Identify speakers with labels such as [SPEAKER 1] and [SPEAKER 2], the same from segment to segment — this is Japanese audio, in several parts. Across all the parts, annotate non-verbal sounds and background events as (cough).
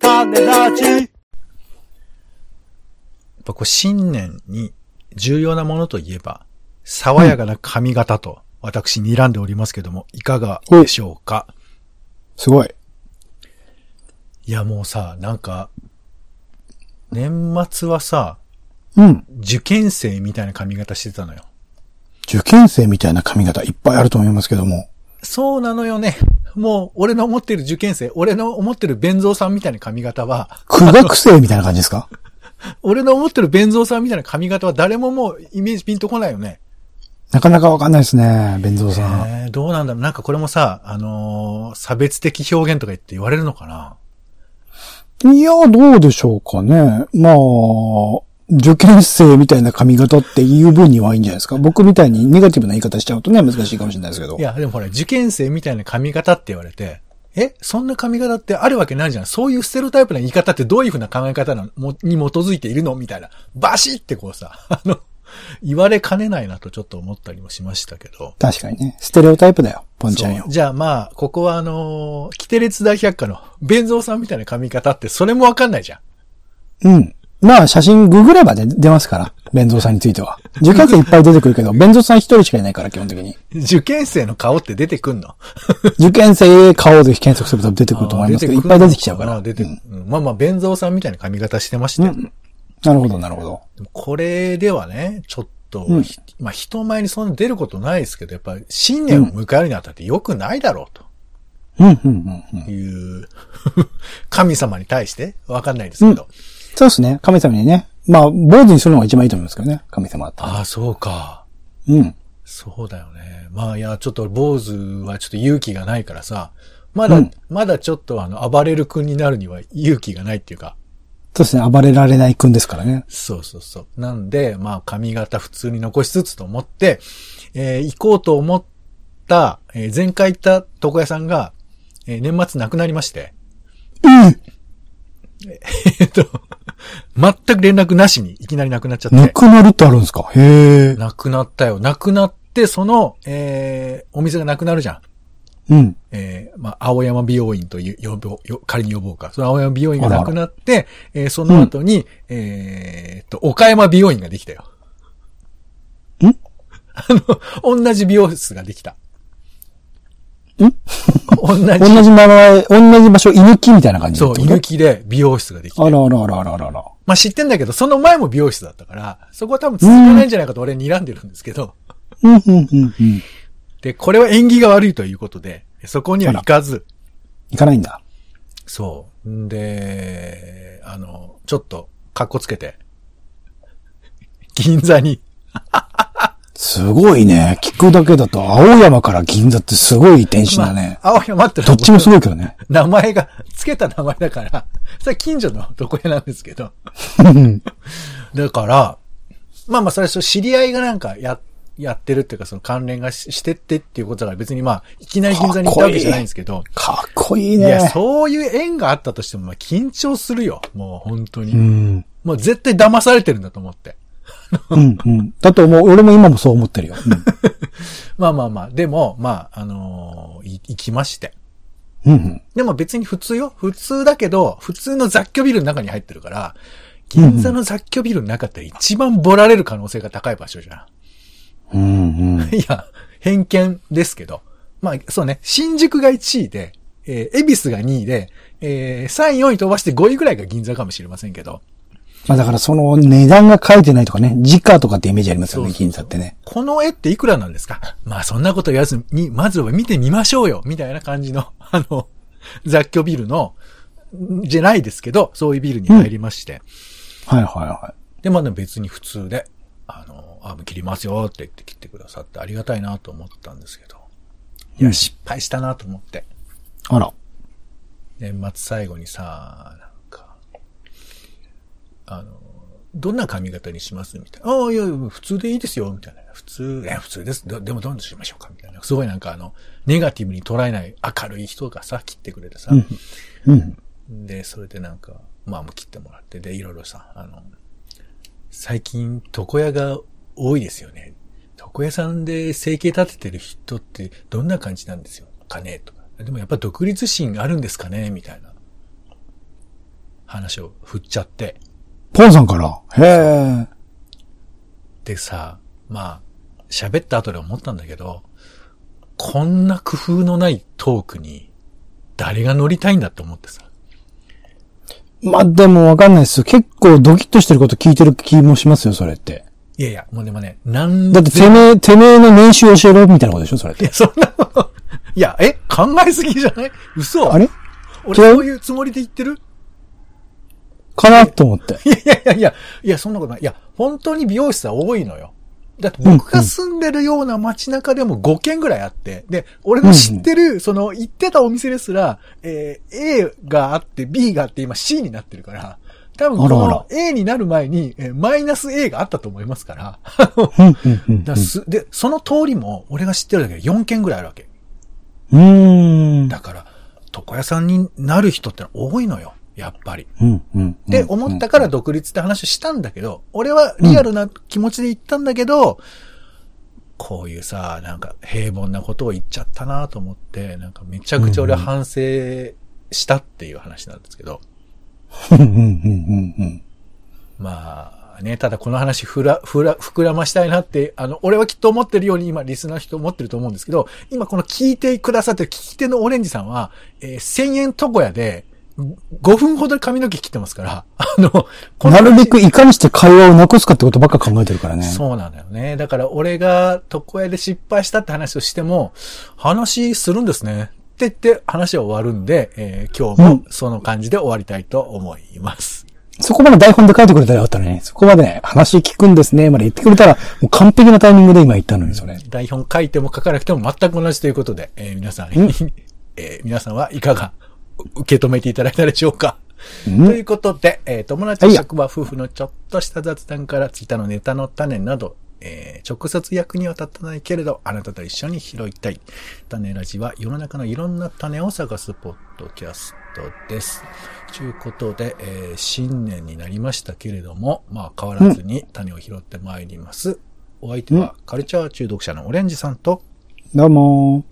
[SPEAKER 1] 種ラジ
[SPEAKER 2] やっぱこう新年に重要なものといえば、爽やかな髪型と私睨んでおりますけども、いかがでしょうか
[SPEAKER 1] すごい。
[SPEAKER 2] いやもうさ、なんか、年末はさ、
[SPEAKER 1] うん。
[SPEAKER 2] 受験生みたいな髪型してたのよ。
[SPEAKER 1] 受験生みたいな髪型いっぱいあると思いますけども。
[SPEAKER 2] そうなのよね。もう、俺の思ってる受験生、俺の思ってる弁蔵さんみたいな髪型は、
[SPEAKER 1] 苦学生みたいな感じですか
[SPEAKER 2] 俺の思ってる弁蔵さんみたいな髪型は誰ももうイメージピンとこないよね。
[SPEAKER 1] なかなかわかんないですね、弁蔵さん。
[SPEAKER 2] えーどうなんだろうなんかこれもさ、あのー差別的表現とか言って言われるのかない
[SPEAKER 1] や、どうでしょうかね。まあ、受験生みたいな髪型っていう分にはいいんじゃないですか。僕みたいにネガティブな言い方しちゃうとね、難しいかもしれないですけど。
[SPEAKER 2] いや、でもほら、受験生みたいな髪型って言われて、え、そんな髪型ってあるわけないじゃん。そういうステロタイプな言い方ってどういうふうな考え方なのもに基づいているのみたいな。バシってこうさ、 (laughs) あの、言われかねないなとちょっと思ったりもしましたけど。
[SPEAKER 1] 確かにね。ステレオタイプだよ、ポンちゃんよ
[SPEAKER 2] そう。じゃあまあ、ここはあのー、キテレツ大百科の、 (laughs) 弁蔵さんみたいな髪型って、それもわかんないじゃん。
[SPEAKER 1] うん。まあ、写真ググればで出ますから。弁蔵さんについては。受験生いっぱい出てくるけど、弁蔵さん一人しかいないから、基本的に。
[SPEAKER 2] 受験生の顔って出てくんの
[SPEAKER 1] 受験生顔で検索すると出てくると思いますけど、いっぱい出てきちゃうから。
[SPEAKER 2] あ出てくるうんまあまあ、弁蔵さんみたいな髪型してましたよ。
[SPEAKER 1] なるほど、なるほど。
[SPEAKER 2] でもこれではね、ちょっと、ひまあ人前にそんな出ることないですけど、やっぱり新年を迎えるにあたって良くないだろう
[SPEAKER 1] うん、うん、うん。うん
[SPEAKER 2] という、神様に対してわかんないですけど。
[SPEAKER 1] そうですね。神様にね。まあ、坊主にするのが一番いいと思いますけどね。神様だったら。
[SPEAKER 2] ああ、そうか。
[SPEAKER 1] うん。
[SPEAKER 2] そうだよね。まあいや、ちょっと坊主はちょっと勇気がないからさ、まだ、まだちょっとあの、暴れる君になるには勇気がないっていうか、
[SPEAKER 1] そうですね。暴れられない君ですからね。
[SPEAKER 2] そうそうそう。なんで、まあ髪型普通に残しつつと思って、えー行こうと思った、えー前回行った床屋さんが、えー年末亡くなりまして。 (laughs) えーっと、全く連絡なしにいきなり亡くなっちゃっ
[SPEAKER 1] な
[SPEAKER 2] て。
[SPEAKER 1] くなるってあるんですかへえ。
[SPEAKER 2] 亡くなったよ。亡くなって、その、えーお店がなくなるじゃん。
[SPEAKER 1] うん。
[SPEAKER 2] えーまあ、青山美容院という、呼ぼう、よ仮に呼ぼうか。その青山美容院がなくなって、えーその後に、えーっと、岡山美容院ができたよ。
[SPEAKER 1] ん
[SPEAKER 2] あの、同じ美容室ができた。ん同じ、
[SPEAKER 1] (laughs) 同じ名前、同じ場所、居抜きみたいな感じ
[SPEAKER 2] そう、居抜。きで美容室ができた
[SPEAKER 1] あ。らあらあらあらあらあら。
[SPEAKER 2] まあ、知ってんだけど、その前も美容室だったから、そこは多分続かないんじゃないかと俺睨んでるんですけど、
[SPEAKER 1] うん、うん、うん、うん。
[SPEAKER 2] で、これは縁起が悪いということで、そこには行かず、
[SPEAKER 1] 行かないんだ。
[SPEAKER 2] そう。んで、あの、ちょっと、かっこつけて、 (laughs) 銀座に、
[SPEAKER 1] すごいね。聞くだけだと、青山から銀座ってすごい天使だね。
[SPEAKER 2] まあ青山っての
[SPEAKER 1] ど
[SPEAKER 2] は
[SPEAKER 1] っちもすごいけどね。
[SPEAKER 2] 名前が、つけた名前だから、それは近所の床屋なんです
[SPEAKER 1] (laughs)
[SPEAKER 2] けど。だから、まあまあ、それは知り合いがなんかや、やってるっていうか、その関連がししてってっていうことだから別にまあ、いきなり銀座に行ったわけじゃないんですけど、
[SPEAKER 1] かっこいい
[SPEAKER 2] いや、
[SPEAKER 1] ね。
[SPEAKER 2] そういう縁があったとしても、まあ、緊張するよ。もう、本当に。
[SPEAKER 1] うん。
[SPEAKER 2] もう絶対騙されてるんだと思って。
[SPEAKER 1] うん、うん。だと思う。俺も今もそう思ってるよ。
[SPEAKER 2] まあまあまあ、でも、まあ、あのーい行きまして。
[SPEAKER 1] うん、うん、うん。
[SPEAKER 2] でも別に普通よ。普通だけど、普通の雑居ビルの中に入ってるから、銀座の雑居ビルの中って一番ボラれる可能性が高い場所じゃ
[SPEAKER 1] うん、うん。
[SPEAKER 2] ん。 (laughs) いや、偏見ですけど。まあ、そうね。新宿が1位で、えー、恵比寿が2位で、えー、3位、4位飛ばして5位ぐらいが銀座かもしれませんけど、
[SPEAKER 1] まあだからその値段が書いてないとかね、時価とかってイメージありますよね、
[SPEAKER 2] そうそうそう
[SPEAKER 1] 銀座ってね。
[SPEAKER 2] この絵っていくらなんですかまあそんなこと言わずに、まずは見てみましょうよみたいな感じの、 (laughs) あの、雑居ビルの、んじゃないですけど、そういうビルに入りまして。
[SPEAKER 1] はいはいは
[SPEAKER 2] で、まあでも別に普通で、あの、あ、切りますよって言って切ってくださってありがたいなと思ったんですけど。いや、失敗したなと思って。
[SPEAKER 1] い。あら。
[SPEAKER 2] 年末最後にさ、なんか、あの、どんな髪型にしますみたいな。ああ、いや、普通でいいですよ、みたいな。普通、いや、普通です。どでもどんどんしましょうか、みたいな。すごいなんかあの、ネガティブに捉えない明るい人がさ、切ってくれてさ。
[SPEAKER 1] うん。
[SPEAKER 2] で、それでなんか、まあもう切ってもらって、で、いろいろさ、あの、最近、床屋が多いですよね。床屋さんで生計立ててる人ってどんな感じなんですよかねとか。でもやっぱ独立心あるんですかねみたいな。話を振っちゃって。
[SPEAKER 1] ポンさんから。へえ。
[SPEAKER 2] でさ、まあ、喋った後で思ったんだけど、こんな工夫のないトークに、誰が乗りたいんだって思ってさ。
[SPEAKER 1] まあでもわかんないですよ。結構ドキッとしてること聞いてる気もしますよ、それって。
[SPEAKER 2] いやいや、もうでもね、なん
[SPEAKER 1] だっててめえ、てめえの年収教えろみたいなことでしょ、それっ
[SPEAKER 2] い
[SPEAKER 1] て。
[SPEAKER 2] や、そんなのいや、え考えすぎじゃない嘘
[SPEAKER 1] あれ
[SPEAKER 2] 俺
[SPEAKER 1] 違う
[SPEAKER 2] そういうつもりで言ってる
[SPEAKER 1] かなと思って。
[SPEAKER 2] いやいやいやいや、いや、そんなことない。いや、本当に美容室は多いのよ。だって僕が住んでるような街中でも5軒ぐらいあって、で、俺の知ってる、その、行ってたお店ですら、えー A があって B があって今 C になってるから、多分こ
[SPEAKER 1] あらあ
[SPEAKER 2] の A になる前に、えーマイナス A があったと思いますから、
[SPEAKER 1] うん、うん、うん
[SPEAKER 2] だからすで、その通りも俺が知ってるだけで4軒ぐらいあるわけ。
[SPEAKER 1] うん。うーん。
[SPEAKER 2] だから、床屋さんになる人ってのは多いのよ、やっぱり。
[SPEAKER 1] うん、うん。
[SPEAKER 2] で、思ったから独立って話をしたんだけど、俺はリアルな気持ちで言ったんだけど、こういうさ、なんか平凡なことを言っちゃったなと思って、なんかめちゃくちゃ俺は反省したっていう話なんですけど、
[SPEAKER 1] うん、うん、うん、うん。
[SPEAKER 2] まあね、ただこの話ふら、ふら、膨らましたいなって、あの、俺はきっと思ってるように今リスナーの人思ってると思うんですけど、今この聞いてくださってる聞き手のオレンジさんは、えー1000円床屋で、5分ほど髪の毛切ってますから、 (laughs) あの、この
[SPEAKER 1] な
[SPEAKER 2] 話
[SPEAKER 1] るべくいかにして会話をなくすかってことばっか考えてるからね。
[SPEAKER 2] そうなんだよね。だから俺が床屋で失敗したって話をしても、話するんですね。って言って話は終わるんで、えー今日もその感じで終わりたいと思います。
[SPEAKER 1] そこまで台本で書いてくれたらよかったのに、そこまで、ね、話聞くんですね、まで言ってくれたら、もう完璧なタイミングで今言ったのに、それ。
[SPEAKER 2] 台本書いても書かなくても全く同じということで、えー皆さん、 (laughs) えー皆さんはいかが受け止めていただいたでしょうか
[SPEAKER 1] うん
[SPEAKER 2] ということで、えー友達と職場夫婦のちょっとした雑談からツイッターのネタの種など、えー直接役には立たないけれど、あなたと一緒に拾いたい。種ラジは世の中のいろんな種を探すポッドキャストです。ということで、えー新年になりましたけれども、まあ変わらずに種を拾ってまいります。お相手はカルチャー中毒者のオレンジさんと、
[SPEAKER 1] どうも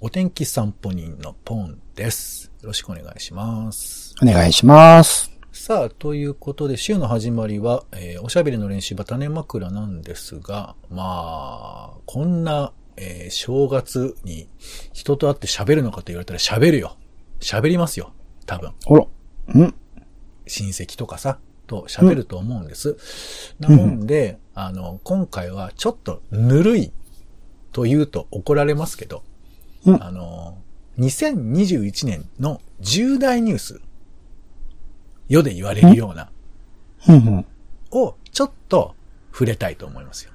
[SPEAKER 2] お天気散歩人のポンです。よろしくお願いします。
[SPEAKER 1] ーお願いします。
[SPEAKER 2] さあ、ということで、週の始まりは、えーおしゃべりの練習場種枕なんですが、まあ、こんな、えー正月に人と会って喋るのかと言われたら喋るよ。喋りますよ。多分。
[SPEAKER 1] ほら。うん。
[SPEAKER 2] 親戚とかさ、と喋ると思うんです。なもんで、あの、今回はちょっとぬるいと言うと怒られますけど、
[SPEAKER 1] うん
[SPEAKER 2] あの、2021年の重大ニュース、世で言われるような、
[SPEAKER 1] うんうん。
[SPEAKER 2] をちょっと触れたいと思いますよ。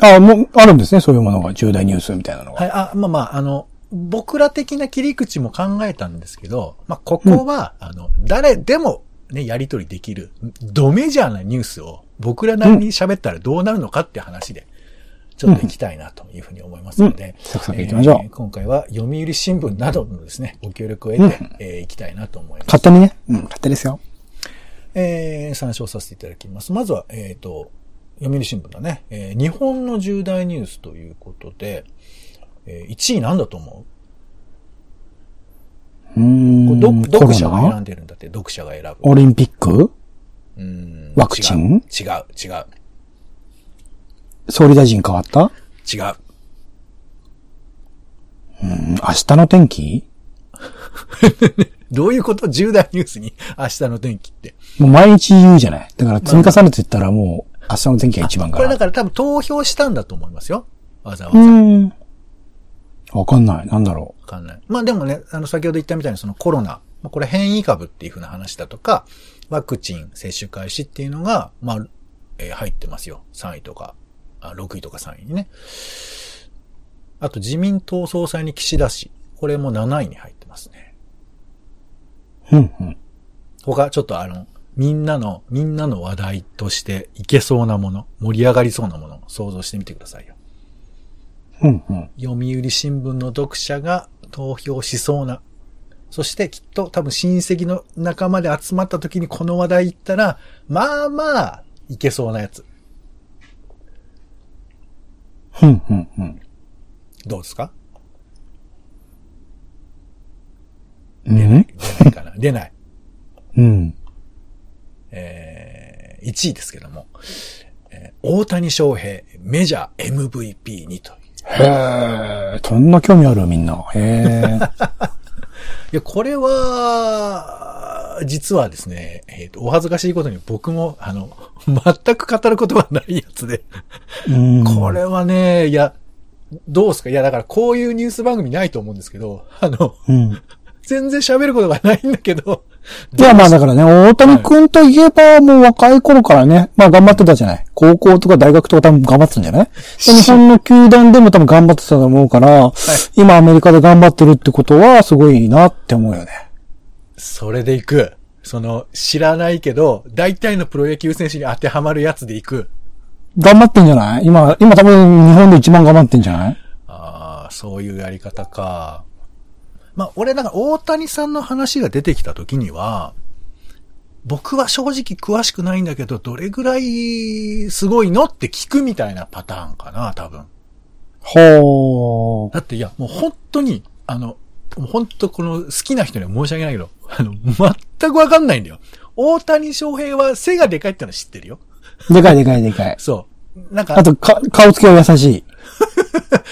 [SPEAKER 1] あ、もう、あるんですね、そういうものが、重大ニュースみたいなのが。
[SPEAKER 2] はい、あ、まあまあ、あの、僕ら的な切り口も考えたんですけど、まあ、ここは、あの、誰でもね、やり取りできる、ドメジャーなニュースを僕らなりに喋ったらどうなるのかって話で、ちょっと行きたいなというふうに思いますので、
[SPEAKER 1] うんサクサク行きましょう
[SPEAKER 2] えー今回は読売新聞などのですね、ご協力を得て、
[SPEAKER 1] う
[SPEAKER 2] えー行きたいなと思います。
[SPEAKER 1] 勝手にね。うん、勝手ですよ。
[SPEAKER 2] えー参照させていただきます。まずは、えっ、と、読売新聞だね、えー日本の重大ニュースということで、え1位なんだと思
[SPEAKER 1] うー
[SPEAKER 2] うこれ
[SPEAKER 1] ん。
[SPEAKER 2] ど読者
[SPEAKER 1] コ
[SPEAKER 2] が
[SPEAKER 1] ロ
[SPEAKER 2] 選
[SPEAKER 1] ナ
[SPEAKER 2] んでるんだって、読者が選ぶ。
[SPEAKER 1] オリンピック
[SPEAKER 2] うーん
[SPEAKER 1] ワクチン
[SPEAKER 2] 違う、違う、違う、
[SPEAKER 1] 総理大臣変わった
[SPEAKER 2] 違う。
[SPEAKER 1] うん、明日の天気
[SPEAKER 2] どういうこと重大ニュースに明日の天気って。
[SPEAKER 1] もう毎日言うじゃない。だから積み重ねていったらもう、明日の天気が一番か
[SPEAKER 2] これだ
[SPEAKER 1] ら。
[SPEAKER 2] から多分投票したんだと思いますよ。わざわざ
[SPEAKER 1] う。ーん。わかんない。なんだろ
[SPEAKER 2] わかんない。まあでもね、あの、先ほど言ったみたいにそのコロナ、まあこれ変異株っていう風な話だとか、ワクチン接種開始っていうのが、まあ、えー入ってますよ。3位とか、あ6位とか3位にね。あと自民党総裁に岸田氏。これも7位に入ってますね。
[SPEAKER 1] う。うん、うん。
[SPEAKER 2] 他、ちょっとあの、みんなの、みんなの話題としていけそうなもの、盛り上がりそうなものを想像してみてくださいよ。
[SPEAKER 1] うん、うん。
[SPEAKER 2] 読売新聞の読者が投票しそうな。そしてきっと多分親戚の仲間で集まった時にこの話題言ったら、まあまあ、いけそうなやつ。
[SPEAKER 1] うん、うん、うん。
[SPEAKER 2] どうですか
[SPEAKER 1] うん
[SPEAKER 2] 出ないかな出ない。
[SPEAKER 1] うん。
[SPEAKER 2] 1位ですけども、えー大谷翔平、メジャー MVP にという。
[SPEAKER 1] へえ、そんな興味あるみんな。へ
[SPEAKER 2] いや、これは、実はですね、えっ、と、お恥ずかしいことに僕も、あの、 (laughs) 全く語ることがないやつで、
[SPEAKER 1] え。 (laughs) うん
[SPEAKER 2] これはね、いや、どうですかいや、だからこういうニュース番組ないと思うんですけど、 (laughs) あの、
[SPEAKER 1] うん。
[SPEAKER 2] 全然喋ることがないんだけど、
[SPEAKER 1] いや、まあだからね、大谷くんといえば、もう若い頃からね、まあ頑張ってたじゃない。高校とか大学とか多分頑張ってたんじゃないで日本の球団でも多分頑張ってたと思うから、今アメリカで頑張ってるってことは、すごいなって思うよね。
[SPEAKER 2] それで行く。その、知らないけど、大体のプロ野球選手に当てはまるやつで行く。
[SPEAKER 1] 頑張ってんじゃない今、今多分日本で一番頑張ってんじゃない
[SPEAKER 2] ああ、そういうやり方か。まあ、俺なんか大谷さんの話が出てきた時には、僕は正直詳しくないんだけど、どれぐらいすごいのって聞くみたいなパターンかな、多分。
[SPEAKER 1] ほー。
[SPEAKER 2] だっていや、もう本当に、あの、もう本当この好きな人には申し訳ないけど、あの、全くわかんないんだよ。大谷翔平は背がでかいってのは知ってるよ。
[SPEAKER 1] でかいでかいでかい。
[SPEAKER 2] そう。なんか
[SPEAKER 1] あ、と、か、顔つきは優しい。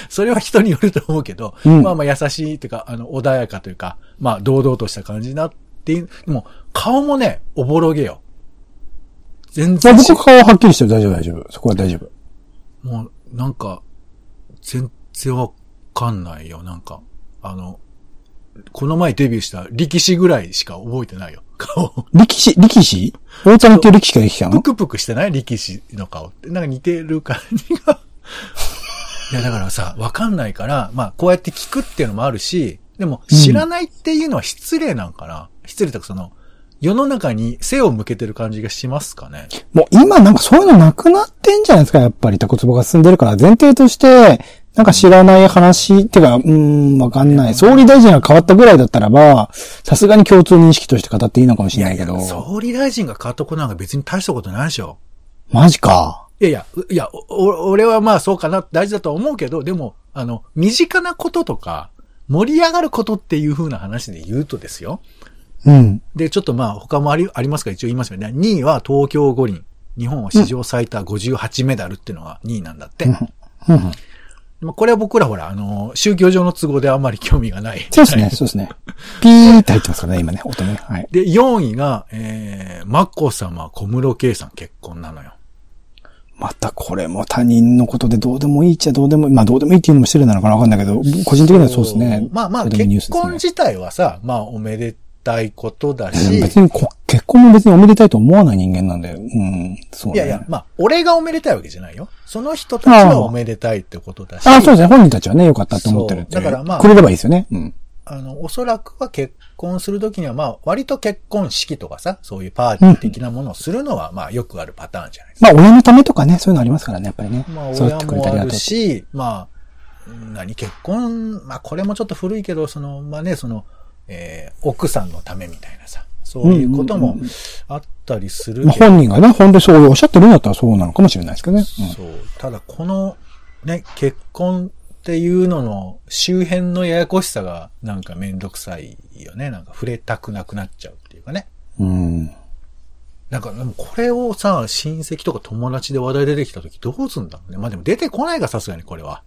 [SPEAKER 2] それは人によると思うけど、
[SPEAKER 1] うん
[SPEAKER 2] まあまあ優しいというか、あの、穏やかというか、まあ堂々とした感じになっていう、でも、顔もね、おぼろげよ。全
[SPEAKER 1] いや、
[SPEAKER 2] 然し
[SPEAKER 1] 僕は顔ははっきりしてる。大丈夫大丈夫。そこは大丈夫。
[SPEAKER 2] もう、なんか、全然わかんないよ、なんか。あの、この前デビューした力士ぐらいしか覚えてないよ、顔。
[SPEAKER 1] 力士、力士大谷っていう力士から来た
[SPEAKER 2] ぷ
[SPEAKER 1] の
[SPEAKER 2] くぷくしてない力士の顔って。なんか似てる感じ
[SPEAKER 1] (laughs)
[SPEAKER 2] が。いや、だからさ、わかんないから、まあ、こうやって聞くっていうのもあるし、でも、
[SPEAKER 1] うん
[SPEAKER 2] 知らないっていうのは失礼なんかな。失礼というか、その、世の中に背を向けてる感じがしますかね。
[SPEAKER 1] もう今なんかそういうのなくなってんじゃないですか、やっぱり。タコツボが進んでるから。前提として、なんか知らない話、てか、うーん、わかんない。総理大臣が変わったぐらいだったらば、さすがに共通認識として語っていいのかもしれないけど。
[SPEAKER 2] 総理大臣が変わったことなんか別に大したことないでしょ。
[SPEAKER 1] マジか。
[SPEAKER 2] いやいや、ういや、おお俺はまあそうかな、大事だとは思うけど、でも、あの、身近なこととか、盛り上がることっていう風な話で言うとですよ。
[SPEAKER 1] うん。
[SPEAKER 2] で、ちょっとまあ他もあり、ありますから一応言いますよね。2位は東京五輪。日本は史上最多58メダルっていうのが2位なんだって。
[SPEAKER 1] うん。
[SPEAKER 2] まあこれは僕らほら、あの、宗教上の都合であんまり興味がない。
[SPEAKER 1] そうですね、そうですね。ピーって入ってますからね、今ね、音ね。はい。
[SPEAKER 2] で、4位が、えー、マコ様、小室圭さん結婚なのよ。
[SPEAKER 1] またこれも他人のことでどうでもいいっちゃどうでもいい。まあどうでもいいっていうのも失礼なのかなわかんないけど、個人的にはそうですね。
[SPEAKER 2] まあまあ、
[SPEAKER 1] どうでもいいニュー
[SPEAKER 2] 結
[SPEAKER 1] スですね
[SPEAKER 2] 婚自体はさ、まあおめでたいことだ
[SPEAKER 1] でも
[SPEAKER 2] し、
[SPEAKER 1] 別にこ結婚も別におめでたいと思わない人間なんで、うん、そう、
[SPEAKER 2] い
[SPEAKER 1] ね。
[SPEAKER 2] やいや、まあ、俺がおめでたいわけじゃないよ。その人たちはおめでたいってことだし、
[SPEAKER 1] あ、そうですね。本人たちはね、良かったと思ってるって。
[SPEAKER 2] そうだからまあ
[SPEAKER 1] くれればいいですよね。うん。
[SPEAKER 2] あの、おそらくは結婚するときには、まあ、割と結婚式とかさ、そういうパーティー的なものをするのは、まあ、よくあるパターンじゃないです
[SPEAKER 1] まあ、親のためとかね、そういうのありますからね、やっぱりね。
[SPEAKER 2] か。まあ、
[SPEAKER 1] そう
[SPEAKER 2] 親
[SPEAKER 1] やってくれ
[SPEAKER 2] も
[SPEAKER 1] てあり
[SPEAKER 2] あ
[SPEAKER 1] が
[SPEAKER 2] る
[SPEAKER 1] とう。
[SPEAKER 2] し、まあ、うん何、結婚、まあ、これもちょっと古いけど、その、まあね、その、えー奥さんのためみたいなさ、そういうこともあったりする
[SPEAKER 1] まあ、
[SPEAKER 2] けど、
[SPEAKER 1] 本人がね、本当にそうおっしゃってるんだったらそうなのかもしれないですけどね。
[SPEAKER 2] そう。ただ、この、ね、結婚っていうのの周辺のややこしさが、なんかめんどくさいよね。なんか触れたくなくなっちゃうっていうかね。
[SPEAKER 1] うん。うん。
[SPEAKER 2] なんか、でもこれをさ、親戚とか友達で話題出てきた時どうすんだろうね。まあでも出てこないがさすがにこれは。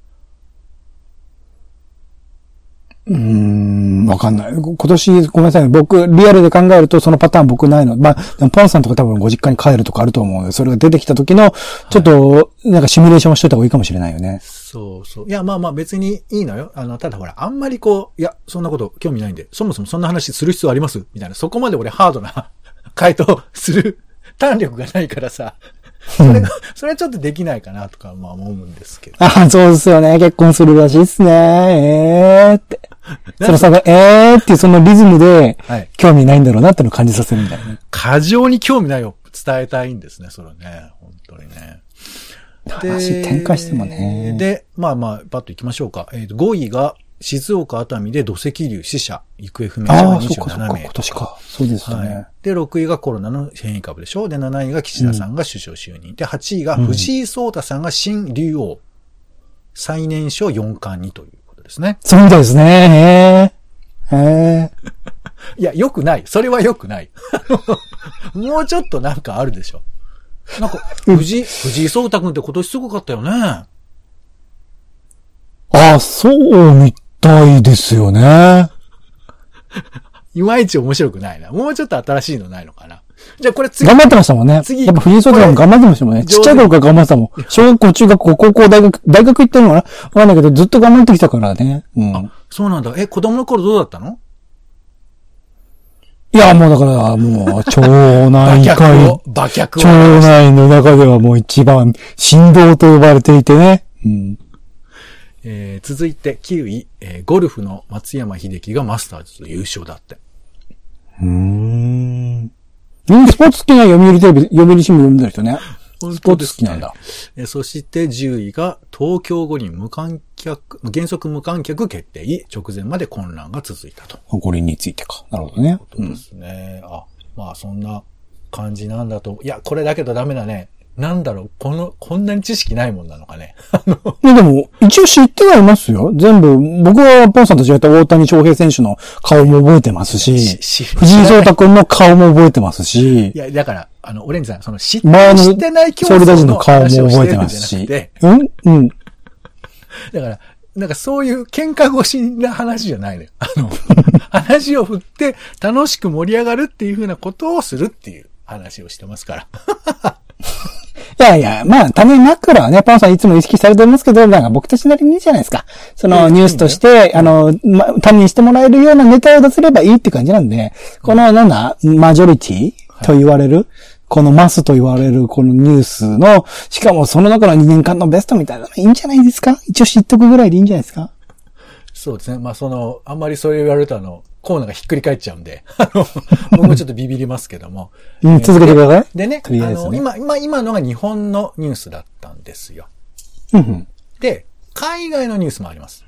[SPEAKER 1] うーん、わかんない。今年、ごめんなさい。僕、リアルで考えるとそのパターン僕ないの。まあ、でもポンさんとか多分ご実家に帰るとかあると思うので、それが出てきた時の、ちょっと、なんかシミュレーションをしといた方がいいかもしれないよね。
[SPEAKER 2] そうそう。いや、まあまあ別にいいのよ。あの、ただほら、あんまりこう、いや、そんなこと興味ないんで、そもそもそんな話する必要ありますみたいな。そこまで俺ハードな (laughs) 回答する弾力がないからさ、それが、それはちょっとできないかなとか、まあ思うんですけど。
[SPEAKER 1] あ、そうですよね。結婚するらしいっすね。えーって。その差が、えーっていうそのリズムで
[SPEAKER 2] はい、
[SPEAKER 1] 興味ないんだろうなってのを感じさせるみたいなね。
[SPEAKER 2] 過剰に興味ないを伝えたいんですね、それね。本当にね。
[SPEAKER 1] 話展開してもね。
[SPEAKER 2] で、まあまあ、パッと行きましょうか。えーと5位が、静岡熱海で土石流死者、行方不明者
[SPEAKER 1] ああ、そ
[SPEAKER 2] が
[SPEAKER 1] っかそっ
[SPEAKER 2] 27
[SPEAKER 1] か、
[SPEAKER 2] 名
[SPEAKER 1] 今。年か。そうですよ
[SPEAKER 2] は
[SPEAKER 1] ね
[SPEAKER 2] い。、で、6位がコロナの変異株でしょで、7位が岸田さんが首相就任。で、8位が藤井聡太さんが新竜王。最年少四冠にということですね。
[SPEAKER 1] そうみたいですね。えー、えー。
[SPEAKER 2] (laughs) いや、良くない。それは良くない。もうちょっとなんかあるでしょ。なんか、藤井、藤井聡太君って今年すごかったよね。
[SPEAKER 1] あ、そうみたいですよね。
[SPEAKER 2] いまいち面白くないな。もうちょっと新しいのないのかな。じゃあこれ次
[SPEAKER 1] 頑、張ってましたもんね。
[SPEAKER 2] 次
[SPEAKER 1] やっぱ藤井聡太も頑張ってましたもんね。
[SPEAKER 2] これ
[SPEAKER 1] ちっちゃい頃から頑張ってたもん。小学校、中学校、高校、大学、大学行ってるのかなわかんないけど、ずっと頑張ってきたからね。うん。
[SPEAKER 2] そうなんだ。え、子供の頃どうだったの
[SPEAKER 1] いや、もうだから、もう、町
[SPEAKER 2] 馬
[SPEAKER 1] 内
[SPEAKER 2] 脚
[SPEAKER 1] 会
[SPEAKER 2] を、、馬脚
[SPEAKER 1] 町
[SPEAKER 2] を。
[SPEAKER 1] 内の中ではもう一番、振動と呼ばれていてね。うん。
[SPEAKER 2] えー続いて9位、えーゴルフの松山秀樹がマスターズ優勝だって。
[SPEAKER 1] うん。スポーツ好きな読売テレビ、読売新聞読んでる人ね。スポーツ好きなんだ。
[SPEAKER 2] えーそして10位が東京五輪無観客、原則無観客決定、直前まで混乱が続いたと。
[SPEAKER 1] 五輪についてか。なるほどね。
[SPEAKER 2] そうですね。あ、まあそんな感じなんだと。いや、これだけどダメだね。なんだろう、この、こんなに知識ないもんなのかね。 (laughs) あの、
[SPEAKER 1] ね、でも、一応知ってはいますよ。全部、僕はポンさんと違って大谷翔平選手の顔も覚えてますし、
[SPEAKER 2] し
[SPEAKER 1] 藤井聡太君の顔も覚えてますし
[SPEAKER 2] い、や、だから、あの、オレンジさん、その、知って
[SPEAKER 1] 前の
[SPEAKER 2] 知ってない競
[SPEAKER 1] 総理大
[SPEAKER 2] 争
[SPEAKER 1] 臣
[SPEAKER 2] の
[SPEAKER 1] の顔も
[SPEAKER 2] 話をし
[SPEAKER 1] 覚え
[SPEAKER 2] て
[SPEAKER 1] て
[SPEAKER 2] るん
[SPEAKER 1] ま
[SPEAKER 2] じゃ
[SPEAKER 1] す
[SPEAKER 2] なく
[SPEAKER 1] し
[SPEAKER 2] て、。
[SPEAKER 1] うんうん。
[SPEAKER 2] だから、なんかそういう喧嘩腰な話じゃないのよ。あ
[SPEAKER 1] (laughs)
[SPEAKER 2] の、話を振って楽しく盛り上がるっていうふうなことをするっていう話をしてますから。
[SPEAKER 1] いやいや、まあ、種枕はね、パンさんいつも意識されてますけど、なんか僕たちなりにいいじゃないですか。そのニュースとして、あの、ま、種にしてもらえるようなネタを出せればいいって感じなんで、この、なんだ、マジョリティと言われる、このマスと言われる、このニュースの、しかもその中の2年間のベストみたいなのいいんじゃないですか一応知っとくぐらいでいいんじゃないですか
[SPEAKER 2] そうですね。まあ、その、あんまりそれ言われるとあの、コーナーがひっくり返っちゃうんで、あの、僕もちょっとビビりますけども。
[SPEAKER 1] うん、続けてください。
[SPEAKER 2] でね、
[SPEAKER 1] とりあ
[SPEAKER 2] あ
[SPEAKER 1] えずね
[SPEAKER 2] の、今、今、今のが日本のニュースだったんですよ。
[SPEAKER 1] うんうん。
[SPEAKER 2] で、海外のニュースもあります。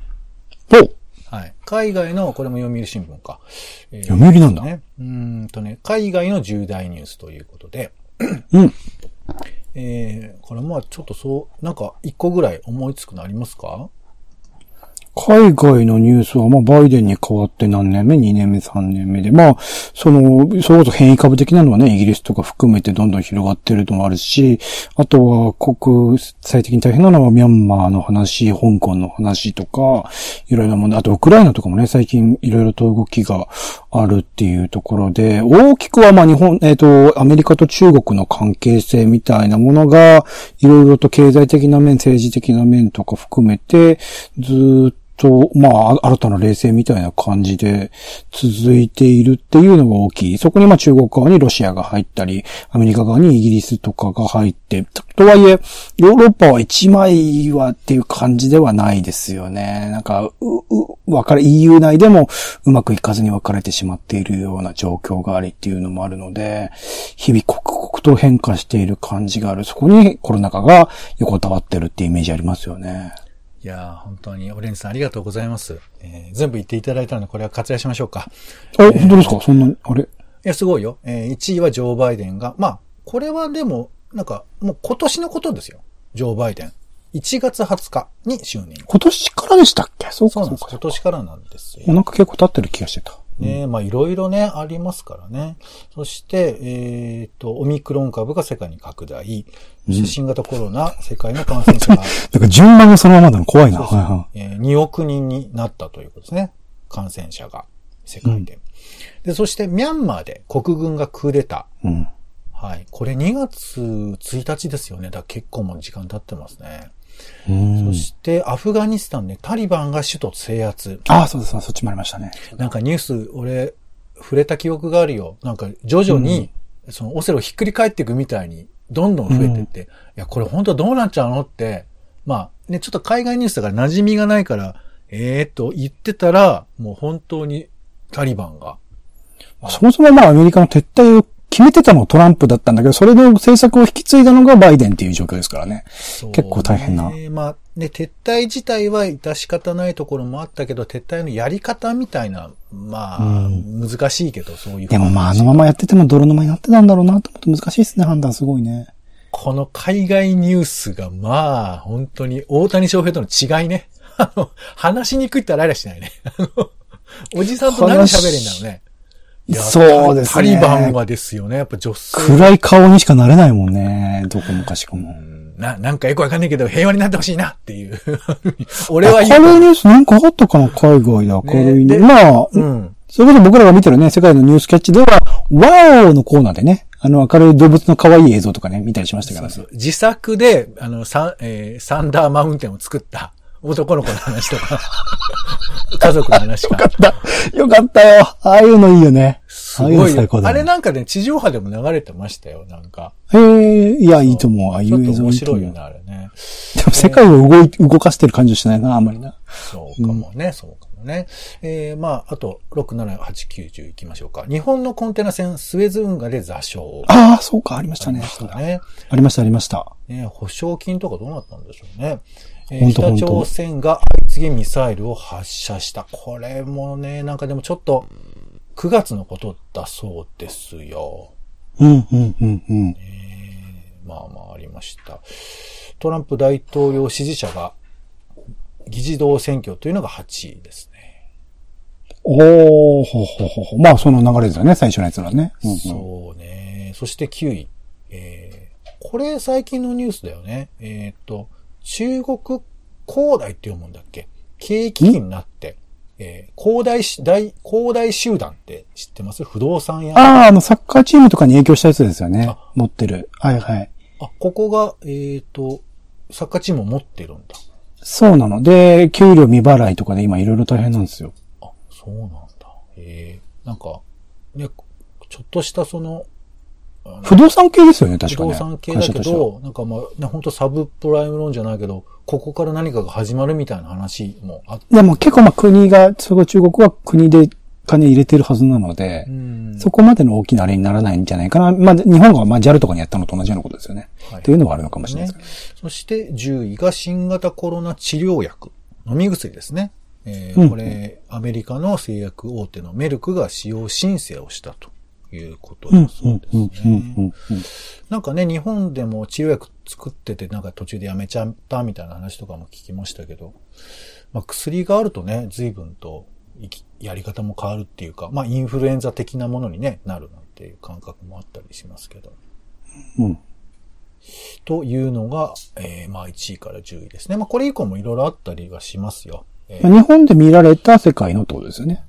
[SPEAKER 1] ほう。
[SPEAKER 2] はい。海外の、これも読売新聞か。えー
[SPEAKER 1] 読売なんだ
[SPEAKER 2] ね。うーんとね、海外の重大ニュースということで。
[SPEAKER 1] うん。
[SPEAKER 2] えー、これまあちょっとそう、なんか一個ぐらい思いつくのありますか
[SPEAKER 1] 海外のニュースは、まあ、バイデンに変わって何年目 ?2 年目、3年目で。まあ、その、それこそ変異株的なのはね、イギリスとか含めてどんどん広がってるのもあるし、あとは国際的に大変なのはミャンマーの話、香港の話とか、いろいろなもの、あとウクライナとかもね、最近いろいろと動きがあるっていうところで、大きくはまあ日本、えっ、と、アメリカと中国の関係性みたいなものが、いろいろと経済的な面、政治的な面とか含めて、ずーっとと、まあ、新たな冷戦みたいな感じで続いているっていうのが大きい。そこにまあ中国側にロシアが入ったり、アメリカ側にイギリスとかが入って、とはいえ、ヨーロッパは一枚はっていう感じではないですよね。なんか、う、う、分かれ、EU 内でもうまくいかずに分かれてしまっているような状況がありっていうのもあるので、日々刻々と変化している感じがある。そこにコロナ禍が横たわってるってイメージありますよね。
[SPEAKER 2] いやー、本当に、オレンジさんありがとうございます。えー全部言っていただいたので、これは活躍しましょうか。
[SPEAKER 1] あ、本当ですかそんなに、あれ
[SPEAKER 2] いや、すごいよ。えー1位はジョー・バイデンが、まあ、これはでも、なんか、もう今年のことですよ。ジョー・バイデン。1月20日に就任。
[SPEAKER 1] 今年からでしたっけそう
[SPEAKER 2] そ
[SPEAKER 1] か
[SPEAKER 2] う
[SPEAKER 1] そ
[SPEAKER 2] なん
[SPEAKER 1] う
[SPEAKER 2] です。
[SPEAKER 1] か。
[SPEAKER 2] 今年からなんですよ。
[SPEAKER 1] なんか結構経ってる気がしてた。
[SPEAKER 2] ねまあいろいろね、ありますからね。そして、えっ、と、オミクロン株が世界に拡大。そして新型コロナ、世界の感染者が、
[SPEAKER 1] なんか順番がそのままなの怖いな。
[SPEAKER 2] そうそうえー2億人になったということですね。感染者が、世界で。で、そしてミャンマーで国軍がクーデタ
[SPEAKER 1] いはい。うん。
[SPEAKER 2] ー。はい。これ2月1日ですよね。だから結構もう時間経ってますね。
[SPEAKER 1] う
[SPEAKER 2] そ
[SPEAKER 1] ん
[SPEAKER 2] して、アフガニスタンでタリバンが首都制圧。
[SPEAKER 1] ああ、そうです、そうですそっちもありましたね。
[SPEAKER 2] なんかニュース、俺、触れた記憶があるよ。なんか徐々に、そのオセロひっくり返っていくみたいに、どんどん増えてって、いや、これ本当どうなっちゃうのって、まあね、ちょっと海外ニュースだから馴染みがないから、ええー、と言ってたら、もう本当にタリバンが。
[SPEAKER 1] そもそもまあアメリカの撤退を決めてたのはトランプだったんだけど、それの政策を引き継いだのがバイデンっていう状況ですからね。結構大変な
[SPEAKER 2] そうねまあね、撤退自体は致し方ないところもあったけど、撤退のやり方みたいな、まあ、難しいけど、そういう。
[SPEAKER 1] でもまああのままやってても泥沼になってたんだろうなと思って難しいですね、判断すごいね。
[SPEAKER 2] この海外ニュースが、まあ、本当に、大谷翔平との違いね。 (laughs) あ (laughs) の、話しにくいってあらイラしないね。あのおじさんと何喋れんだろうね。いや
[SPEAKER 1] そうですね
[SPEAKER 2] タリバンはですよね。やっぱ女性。
[SPEAKER 1] 暗い顔にしかなれないもんね。どこもかしこも。
[SPEAKER 2] な、なんかよくわかんないけど、平和になってほしいなっていう。 (laughs) 俺は
[SPEAKER 1] 明
[SPEAKER 2] 言う。
[SPEAKER 1] るいニュースなんかあったかな海外で明るい
[SPEAKER 2] ね
[SPEAKER 1] ね。
[SPEAKER 2] で
[SPEAKER 1] まあ、
[SPEAKER 2] うん。
[SPEAKER 1] それこそ僕らが見てるね、世界のニュースキャッチでは、ワオのコーナーでね、あの明るい動物の可愛い映像とかね、見たりしましたからね。
[SPEAKER 2] 自作で、あの、サン、えーサンダーマウンテンを作った男の子の話と
[SPEAKER 1] (laughs)
[SPEAKER 2] か、家族の話とか。
[SPEAKER 1] よかったよ。ああいうのいいよね。
[SPEAKER 2] すご
[SPEAKER 1] ああい
[SPEAKER 2] い
[SPEAKER 1] うの最
[SPEAKER 2] よ
[SPEAKER 1] 高。だ
[SPEAKER 2] あ
[SPEAKER 1] ね
[SPEAKER 2] れなんかね、地上波でも流れてましたよ、なんか。
[SPEAKER 1] へえ、いや、いいと思う。ああい
[SPEAKER 2] ちょ
[SPEAKER 1] う
[SPEAKER 2] っと
[SPEAKER 1] 映像
[SPEAKER 2] 面
[SPEAKER 1] いいと
[SPEAKER 2] 白
[SPEAKER 1] 思
[SPEAKER 2] いよ
[SPEAKER 1] う。
[SPEAKER 2] ね、あれね。
[SPEAKER 1] でも世界を動い、動かしてる感じはしないな、あんまりな。
[SPEAKER 2] そうかもね、そうかもね。えー、まあ、あと、6、7、8、9、10行きましょうか。日本のコンテナ船、スエズ運河で座礁。
[SPEAKER 1] ああ、そうか、ありましたね。
[SPEAKER 2] そうだね。
[SPEAKER 1] ありました、ありました。
[SPEAKER 2] ね、保証金とかどうなったんでしょうね。えー
[SPEAKER 1] ほんとほ
[SPEAKER 2] 北
[SPEAKER 1] んと
[SPEAKER 2] 朝鮮が相次ぎミサイルを発射した。これもね、なんかでもちょっと、9月のことだそうですよ。
[SPEAKER 1] うん、うん、うん、うん。
[SPEAKER 2] まあまあありました。トランプ大統領支持者が、議事堂選挙というのが8位ですね。
[SPEAKER 1] おー、ほほほほ。まあ、その流れですよね、最初のやつらね。うんうん
[SPEAKER 2] そうね。そして9位。えー、これ最近のニュースだよね。えーっと、中国恒大って読むんだっけ景気になって、えー、恒大し、大、恒大集団って知ってます不動産屋。あ
[SPEAKER 1] ああ、あの、サッカーチームとかに影響したやつですよね
[SPEAKER 2] あ。
[SPEAKER 1] 持ってる。はいはい。
[SPEAKER 2] ここが、えーっと、サッカーチームを持ってるんだ。
[SPEAKER 1] そうなの。で、給料未払いとかで今いろいろ大変なんですよ。
[SPEAKER 2] あ、そうなんだ。えー、なんか、ね、ちょっとしたその、
[SPEAKER 1] 不動産系ですよね、確
[SPEAKER 2] 不
[SPEAKER 1] かね。
[SPEAKER 2] 動産系だ
[SPEAKER 1] 会社
[SPEAKER 2] け
[SPEAKER 1] としては。
[SPEAKER 2] ど、なんかまあ、ね、本当サブプライムローンじゃないけど、ここから何かが始まるみたいな話もあっ
[SPEAKER 1] でも結構まあ国が、そこ中国は国で金入れてるはずなので、
[SPEAKER 2] ん
[SPEAKER 1] そこまでの大きなあれにならないんじゃないかな。まあ、日本がまあ JAL とかにやったのと同じようなことですよね。
[SPEAKER 2] はい
[SPEAKER 1] っていうのはあるのかもしれない
[SPEAKER 2] ね
[SPEAKER 1] ですけど。。
[SPEAKER 2] そして10位が新型コロナ治療薬、飲み薬ですね。え
[SPEAKER 1] う
[SPEAKER 2] ー、
[SPEAKER 1] ん
[SPEAKER 2] これ、アメリカの製薬大手のメルクが使用申請をしたということ
[SPEAKER 1] う
[SPEAKER 2] だ
[SPEAKER 1] ん
[SPEAKER 2] そうですね。
[SPEAKER 1] うんうんうんうん
[SPEAKER 2] なんかね、日本でも治療薬作ってて、なんか途中でやめちゃったみたいな話とかも聞きましたけど、まあ薬があるとね、随分といきやり方も変わるっていうか、まあインフルエンザ的なものに、ね、なるなんていう感覚もあったりしますけど。
[SPEAKER 1] うん。
[SPEAKER 2] というのが、えーまあ1位から10位ですね。まあこれ以降もいろいろあったりはしますよ。えー
[SPEAKER 1] 日本で見られた世界のってことですよね。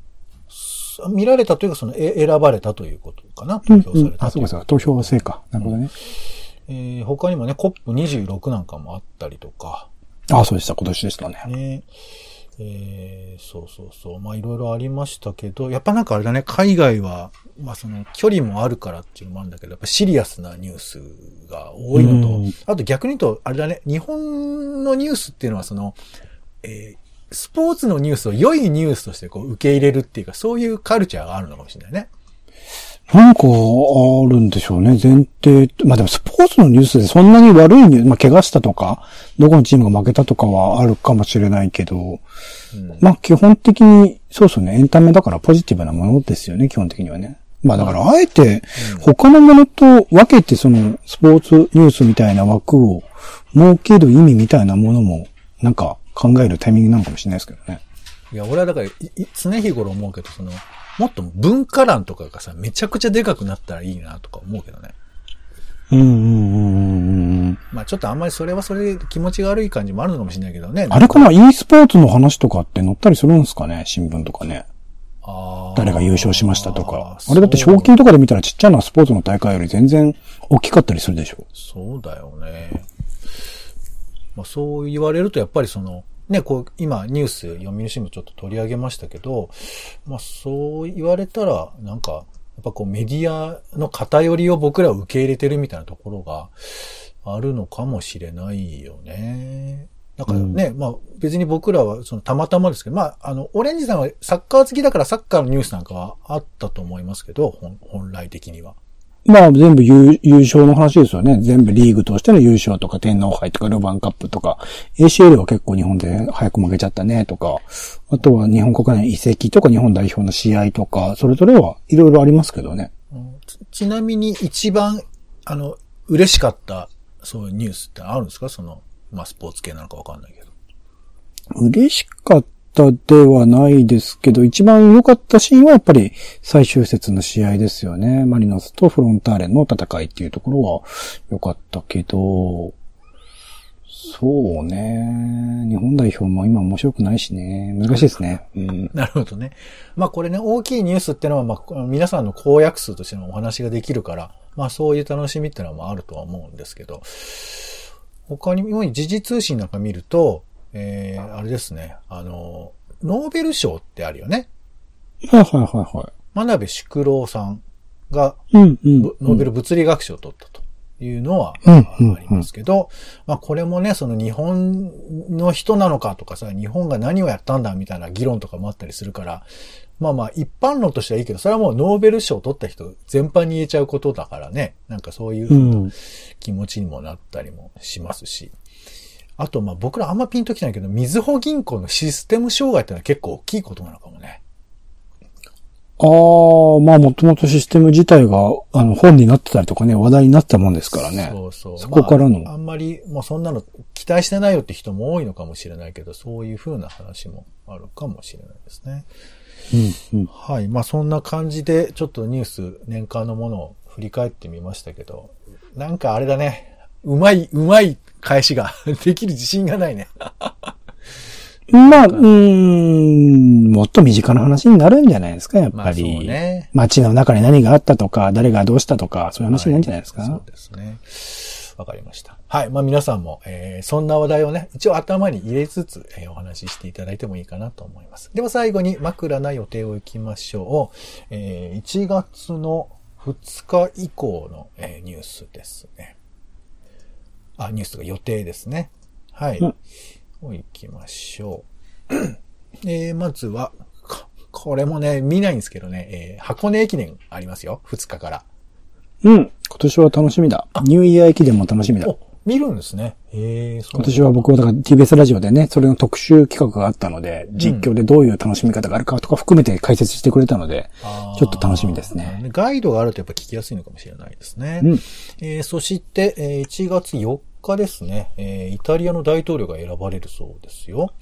[SPEAKER 2] 見られたというか、そのえ選ばれたということかな、投票され
[SPEAKER 1] あ、
[SPEAKER 2] たと
[SPEAKER 1] そ
[SPEAKER 2] いうう
[SPEAKER 1] かそうか。投票は成果。なるほどね。
[SPEAKER 2] えー他にもね、COP26 なんかもあったりとか、
[SPEAKER 1] あ、そうでした。今年でしたね。
[SPEAKER 2] ね。えーそうそうそう。まあいろいろありましたけど、やっぱなんかあれだね、海外は、まあその距離もあるからっていうのもあるんだけど、やっぱシリアスなニュースが多いのと、
[SPEAKER 1] うん
[SPEAKER 2] あと逆に言うと、あれだね、日本のニュースっていうのはその、えースポーツのニュースを良いニュースとしてこう受け入れるっていうか、そういうカルチャーがあるのかもしれないね。
[SPEAKER 1] なんか、あるんでしょうね。前提。まあでもスポーツのニュースでそんなに悪いニュース、まあ怪我したとか、どこのチームが負けたとかはあるかもしれないけど、まあ基本的に、そうそうね、エンタメだからポジティブなものですよね、基本的にはね。まあだから、あえて、他のものと分けてその、スポーツニュースみたいな枠を設ける意味みたいなものも、なんか考えるタイミングなのかもしれないですけどね。
[SPEAKER 2] いや、俺はだから、いい常日頃思うけど、その、もっと文化欄とかがさ、めちゃくちゃでかくなったらいいなとか思うけどね。
[SPEAKER 1] うんうんうんうんうん。
[SPEAKER 2] まあちょっとあんまりそれはそれで気持ちが悪い感じもあるのかもしれないけどね。
[SPEAKER 1] あれかな ?e スポーツの話とかって載ったりするんですかね新聞とかね。
[SPEAKER 2] あー
[SPEAKER 1] 誰が優勝しましたとか。
[SPEAKER 2] ー
[SPEAKER 1] あれだって
[SPEAKER 2] そう
[SPEAKER 1] 賞金とかで見たらちっちゃなスポーツの大会より全然大きかったりするでしょ。
[SPEAKER 2] そうだよね。まあそう言われるとやっぱりその、ね、こう、今ニュース、読売新聞ちょっと取り上げましたけど、まあそう言われたら、なんか、やっぱこうメディアの偏りを僕らは受け入れてるみたいなところがあるのかもしれないよね。だからね、まあ別に僕らはそのたまたまですけど、まああの、オレンジさんはサッカー好きだからサッカーのニュースなんかはあったと思いますけど、本本来的には。
[SPEAKER 1] まあ全部優優勝の話ですよね。全部リーグとしての優勝とか天皇杯とかルヴァンカップとか ACL は結構日本で早く負けちゃったねとか、あとは日本国内の移籍とか日本代表の試合とか、それぞれはいろいろありますけどね。
[SPEAKER 2] ちちなみに一番、あの、嬉しかった、そういうニュースってあるんですかその、まあ、スポーツ系なのかわかんないけど。
[SPEAKER 1] 嬉しかったタではないですけど、一番良かったシーンはやっぱり最終節の試合ですよね。マリノスとフロンターレの戦いっていうところは良かったけど、そうね。日本代表も今面白くないしね。難しいですね。うん。
[SPEAKER 2] (laughs) なるほどね。まあこれね、大きいニュースってのは、まあこの皆さんの公約数としてのお話ができるから、まあそういう楽しみってのはまああるとは思うんですけど、他にも時事通信なんか見ると、えー、あれですね、あの、ノーベル賞ってあるよね。
[SPEAKER 1] はいはいはいは
[SPEAKER 2] 真鍋淑郎さんが
[SPEAKER 1] い。うんうん。
[SPEAKER 2] ぶノーベル物理学賞を取ったというのは、
[SPEAKER 1] うん
[SPEAKER 2] あありますけど、まあこれもね、その日本の人なのかとかさ、日本が何をやったんだみたいな議論とかもあったりするから、まあまあ一般論としてはいいけど、それはもうノーベル賞を取った人全般に言えちゃうことだからね、なんかそういう
[SPEAKER 1] う。
[SPEAKER 2] ふうなん気持ちにもなったりもしますし。あとまあ僕らあんまピンときてないけど、みずほ銀行のシステム障害ってのは結構大きいことなのかもね。
[SPEAKER 1] ああ、まあもともとシステム自体が、あの、本になってたりとかね、話題になってたもんですからね。
[SPEAKER 2] そうそう。
[SPEAKER 1] そこからの
[SPEAKER 2] まあ、あんまり、もうそんなの期待してないよって人も多いのかもしれないけど、そういう風な話もあるかもしれないですね。
[SPEAKER 1] うんうん。
[SPEAKER 2] はい。まあそんな感じで、ちょっとニュース、年間のものを振り返ってみましたけど、なんかあれだね。うまい、うまい返しが (laughs) できる自信がないね。
[SPEAKER 1] まあ、うーん、もっと身近な話になるんじゃないですか、やっ
[SPEAKER 2] ま
[SPEAKER 1] ぱ
[SPEAKER 2] あそう
[SPEAKER 1] り。
[SPEAKER 2] ね。
[SPEAKER 1] 街の中に何があったとか、誰がどうしたとか、そういう話になるんじゃないですか。
[SPEAKER 2] はそうですね。わかりました。はい。まあ皆さんも、えーそんな話題をね、一応頭に入れつつ、えーお話ししていただいてもいいかなと思います。では最後に枕な予定を行きましょう。えー1月の2日以降の、えーニュースですね。あ、ニュースが予定ですね。はい。
[SPEAKER 1] うん
[SPEAKER 2] を行きましょう。えーまずは、ここれもね、見ないんですけどね、えー箱根駅伝ありますよ。2日から。
[SPEAKER 1] うん。今年は楽しみだ。ニューイヤー駅伝も楽しみだ。
[SPEAKER 2] お、見るんですね。へえ、そう
[SPEAKER 1] 今年は僕はだから TBS ラジオでね、それの特集企画があったので、実況でどういう楽しみ方があるかとか含めて解説してくれたので、ちょっと楽しみですね。。
[SPEAKER 2] あーガイドがあるとやっぱ聞きやすいのかもしれないですね。
[SPEAKER 1] うん
[SPEAKER 2] えーそして、えー1月4日ですね、えーイタリアの大統領が選ばれるそうですよ。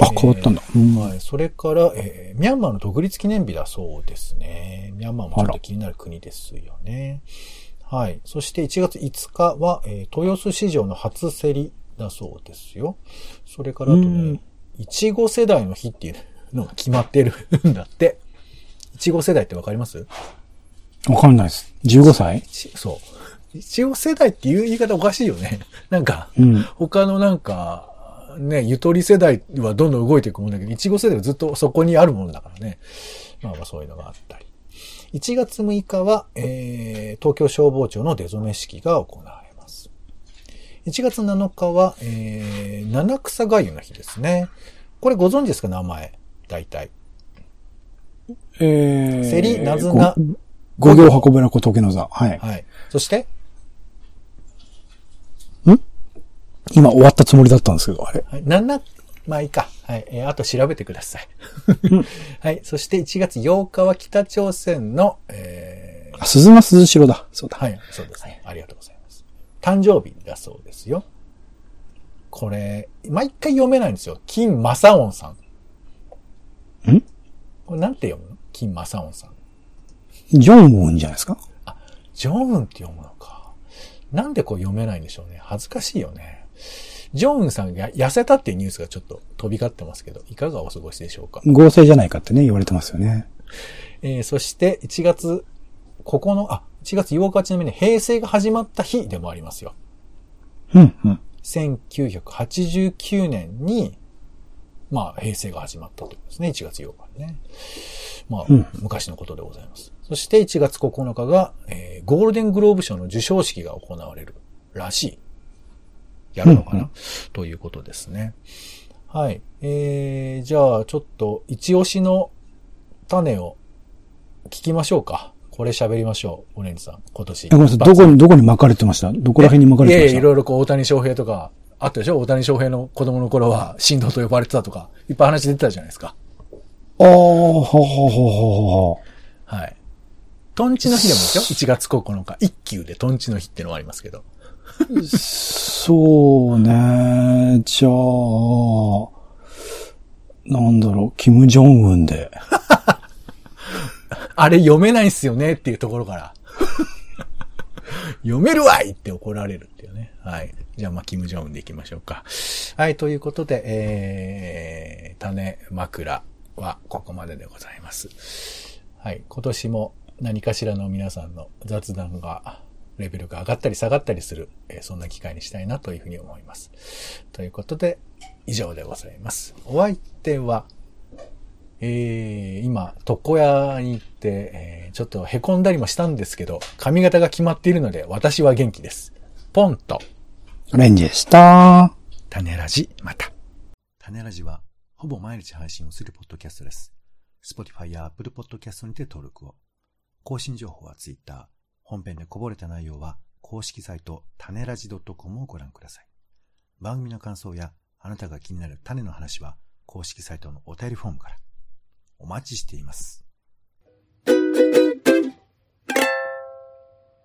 [SPEAKER 1] あ、変わったんだ。うん
[SPEAKER 2] はい。それから、えーミャンマーの独立記念日だそうですね。ミャンマーもちょっと気になる国ですよね。はい。そして1月5日は、えー豊洲市場の初競りだそうですよ。それからあと
[SPEAKER 1] うん
[SPEAKER 2] ね、いちご世代の日っていうのが決まってるんだって。いちご世代ってわかります
[SPEAKER 1] わかんないです。15歳
[SPEAKER 2] しそう。いちご世代っていう言い方おかしいよね。 (laughs) なんか、
[SPEAKER 1] うん
[SPEAKER 2] 他のなんか、ね、ゆとり世代はどんどん動いていくもんだけど、いちご世代はずっとそこにあるもんだからね。まあまあそういうのがあったり。1月6日は、えー、東京消防庁の出初め式が行われます。1月7日は、えー、七草がゆの日ですね。これご存知ですか名前。大体。
[SPEAKER 1] えー。
[SPEAKER 2] セリナズナ
[SPEAKER 1] ご。五行箱ぶらこ時の座。はい。
[SPEAKER 2] はい。そして、
[SPEAKER 1] 今終わったつもりだったんですけど、あれ。
[SPEAKER 2] はい、7、まあいいか。はい。えーあと調べてください。 (laughs) はい。そして1月8日は北朝鮮の、えー
[SPEAKER 1] あ鈴間鈴代だ。そうだ。
[SPEAKER 2] はい。そうですね。ありがとうございます。誕生日だそうですよ。これ、毎回読めないんですよ。金正恩さん。
[SPEAKER 1] ん
[SPEAKER 2] これなんて読むの金正恩さん。
[SPEAKER 1] ジョンウォンじゃないですか
[SPEAKER 2] ジョンウンって読むのか。なんでこう読めないんでしょうね。恥ずかしいよね。ジョンウンさんが痩せたっていうニュースがちょっと飛び交ってますけど、いかがお過ごしでしょうか。
[SPEAKER 1] 合成じゃないかってね、言われてますよね。
[SPEAKER 2] えーそして1月9日、あ、1月8日はちなみに平成が始まった日でもありますよ。
[SPEAKER 1] うん、うん。
[SPEAKER 2] 1989年に、まあ、平成が始まったということですね。1月8日にね。まあ、
[SPEAKER 1] うん
[SPEAKER 2] 昔のことでございます。そして1月9日が、えーゴールデングローブ賞の授賞式が行われるらしい。やるのかな、
[SPEAKER 1] うんうん
[SPEAKER 2] ということですね。はい。えー、じゃあ、ちょっと、一押しの種を聞きましょうか。これ喋りましょう。オレンジさん、今年。
[SPEAKER 1] あごめんなさい、どこに、どこに巻かれてましたどこら辺に巻かれてま
[SPEAKER 2] い
[SPEAKER 1] し
[SPEAKER 2] や
[SPEAKER 1] た
[SPEAKER 2] いや、いろいろこう、大谷翔平とか、あったでしょ大谷翔平の子供の頃は、神童と呼ばれてたとか、いっぱい話出てたじゃないですか。
[SPEAKER 1] ああ、ほうほうほうほうほ
[SPEAKER 2] はい。トンチの日でもいいですよ。1月9日。一級でトンチの日ってのはありますけど。
[SPEAKER 1] う。そうね、じゃあ、なんだろう、キム・ジョンウンで。
[SPEAKER 2] あれ読めないっすよねっていうところから。読めるわいって怒られるっていうね。はい。じゃあ、まあ、キム・ジョンウンでいきましょうか。はい、ということで、えー、種枕はここまででございます。はい、今年も何かしらの皆さんの雑談が、レベルが上がったり下がったりする、えーそんな機会にしたいなというふうに思います。ということで、以上でございます。お相手は、えー、今、床屋に行って、えーちょっと凹んだりもしたんですけど、髪型が決まっているので、私は元気です。ポンと、
[SPEAKER 1] レンジでした。
[SPEAKER 2] タネラジ、また。タネラジは、ほぼ毎日配信をするポッドキャストです。Spotify や Apple Podcast にて登録を。更新情報は Twitter。本編でこぼれた内容は、公式サイト、タネラジ .com をご覧ください。番組の感想や、あなたが気になる種の話は、公式サイトのお便りフォームから。お待ちしています。